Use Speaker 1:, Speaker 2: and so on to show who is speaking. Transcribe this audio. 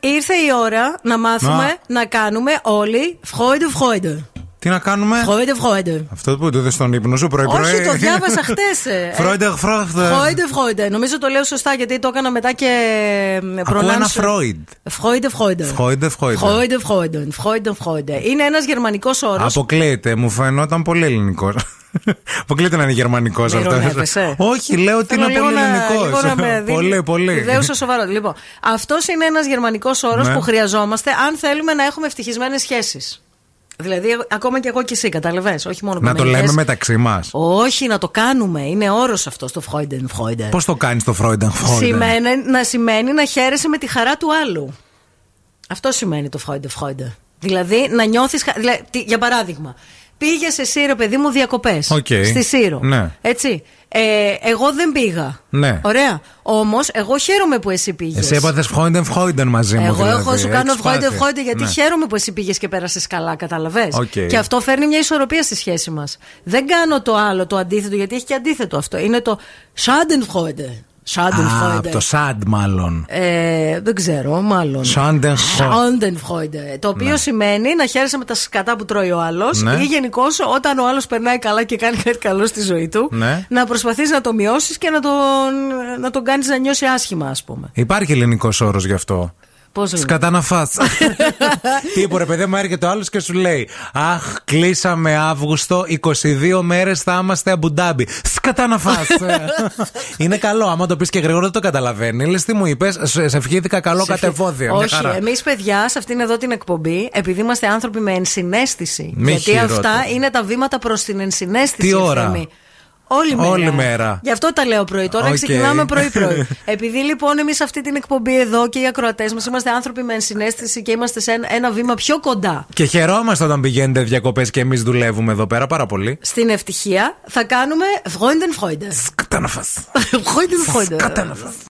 Speaker 1: ήρθε η ώρα να μάθουμε
Speaker 2: Να.
Speaker 1: να κάνουμε όλοι Freude, Freude.
Speaker 2: Τι να κάνουμε.
Speaker 1: Freude, Freude.
Speaker 2: Αυτό που το είδες στον ύπνο σου πρωί-πρωί.
Speaker 1: Όχι, το διάβασα ε, χτε.
Speaker 2: Φρόιντε, φρόιντε.
Speaker 1: Φρόιντε, Φρόιντε. Νομίζω το λέω σωστά γιατί το έκανα μετά και
Speaker 2: Ακούω
Speaker 1: προνάμισα.
Speaker 2: ένα Φρόιντ.
Speaker 1: Φρόιντε, Φρόιντε.
Speaker 2: Φρόιντε, φρόιντε.
Speaker 1: Φρόιντε, Φρόιντε. Φρόιντε, Φρόιντε. Είναι ένας γερμανικός όρος.
Speaker 2: Αποκλείεται, μου φαινόταν πολύ ελληνικός. Αποκλείεται να είναι γερμανικός
Speaker 1: Ειρωνεύεσαι.
Speaker 2: αυτό. Όχι, λέω ότι είναι πολύ ελληνικό. Πολύ, πολύ.
Speaker 1: Ιδέουσα σοβαρός. Λοιπόν, αυτός είναι ένας γερμανικός όρος
Speaker 2: Ναι.
Speaker 1: που χρειαζόμαστε αν θέλουμε να έχουμε ευτυχισμένες σχέσεις. Δηλαδή, εγώ- ακόμα και εγώ και εσύ, καταλαβέ. Όχι μόνο
Speaker 2: Να το
Speaker 1: γυναίκες.
Speaker 2: λέμε μεταξύ μας.
Speaker 1: Όχι, να το κάνουμε. Είναι όρος αυτός το Freuden, Freuden.
Speaker 2: Πώς το κάνεις το Φρόιντε, φρόιντε.
Speaker 1: Σημαίνει, να σημαίνει να χαίρεσαι με τη χαρά του άλλου. Αυτό σημαίνει το Freude Freude. Δηλαδή να νιώθεις. Δηλαδή, τι- για παράδειγμα, πήγε σε Σύρο, παιδί μου, διακοπές.
Speaker 2: Οκ.
Speaker 1: Στη Σύρο.
Speaker 2: Ναι.
Speaker 1: Έτσι. Ε, εγώ δεν πήγα.
Speaker 2: Ναι.
Speaker 1: Ωραία. Όμως, εγώ χαίρομαι που εσύ πήγες.
Speaker 2: Εσύ έπαθες Φρόιντεν, Φρόιντεν μαζί μου.
Speaker 1: Εγώ
Speaker 2: δηλαδή.
Speaker 1: έχω σου κάνω
Speaker 2: Έχεις
Speaker 1: φρόντε
Speaker 2: πάθει.
Speaker 1: φρόντε γιατί
Speaker 2: Ναι.
Speaker 1: χαίρομαι που εσύ πήγες και πέρασες καλά, καταλαβέ.
Speaker 2: Οκ.
Speaker 1: Και αυτό φέρνει μια ισορροπία στη σχέση μας. Δεν κάνω το άλλο, το αντίθετο, γιατί έχει και αντίθετο αυτό. Είναι το Schadenfreude.
Speaker 2: Α, από
Speaker 1: Schadenfreude.
Speaker 2: το Σαντ μάλλον.
Speaker 1: Ε, δεν ξέρω, μάλλον.
Speaker 2: Σάντεν
Speaker 1: Schadenfreude. Το οποίο σημαίνει να χαίρεσαι με τα σκατά που τρώει ο άλλος
Speaker 2: Ναι.
Speaker 1: ή γενικώς όταν ο άλλος περνάει καλά και κάνει κάτι καλό στη ζωή του,
Speaker 2: Ναι.
Speaker 1: να προσπαθείς να το μειώσεις και να τον, να τον κάνεις να νιώσει άσχημα, ας πούμε.
Speaker 2: Υπάρχει ελληνικός όρος γι' αυτό.
Speaker 1: Πώς λέμε.
Speaker 2: Σκατά να φά. Τι είπε, ρε παιδί μου, έρχεται ο άλλος και σου λέει Αχ, κλείσαμε Αύγουστο, 22 μέρες θα είμαστε Αμπουντάμπι. Σκατά να φά. Είναι καλό, άμα το πεις και γρήγορα δεν το καταλαβαίνει. Λες τι μου είπες, σε σε ευχήθηκα καλό κατεφόδιο. Μια
Speaker 1: Όχι,
Speaker 2: χαρά.
Speaker 1: εμείς παιδιά σε αυτήν εδώ την εκπομπή, επειδή είμαστε άνθρωποι με ενσυναίσθηση.
Speaker 2: Μη
Speaker 1: γιατί
Speaker 2: χειρότερα.
Speaker 1: αυτά είναι τα βήματα προς την ενσυναίσθηση.
Speaker 2: Τι ώρα?
Speaker 1: Ευθύμη. Όλη μέρα.
Speaker 2: Όλη μέρα.
Speaker 1: Γι' αυτό τα λέω πρωί. Τώρα
Speaker 2: Οκ.
Speaker 1: ξεκινάμε πρωί-πρωί. Επειδή λοιπόν εμείς αυτή την εκπομπή εδώ και οι ακροατές μας είμαστε άνθρωποι με ενσυναίσθηση και είμαστε σε ένα, ένα βήμα πιο κοντά
Speaker 2: Και χαιρόμαστε όταν πηγαίνετε διακοπές και εμείς δουλεύουμε εδώ πέρα πάρα πολύ.
Speaker 1: στην ευτυχία, θα κάνουμε Freunden Freude.
Speaker 2: Σκατά να φας.
Speaker 1: Freunden Freude.
Speaker 2: Σκατά να φας.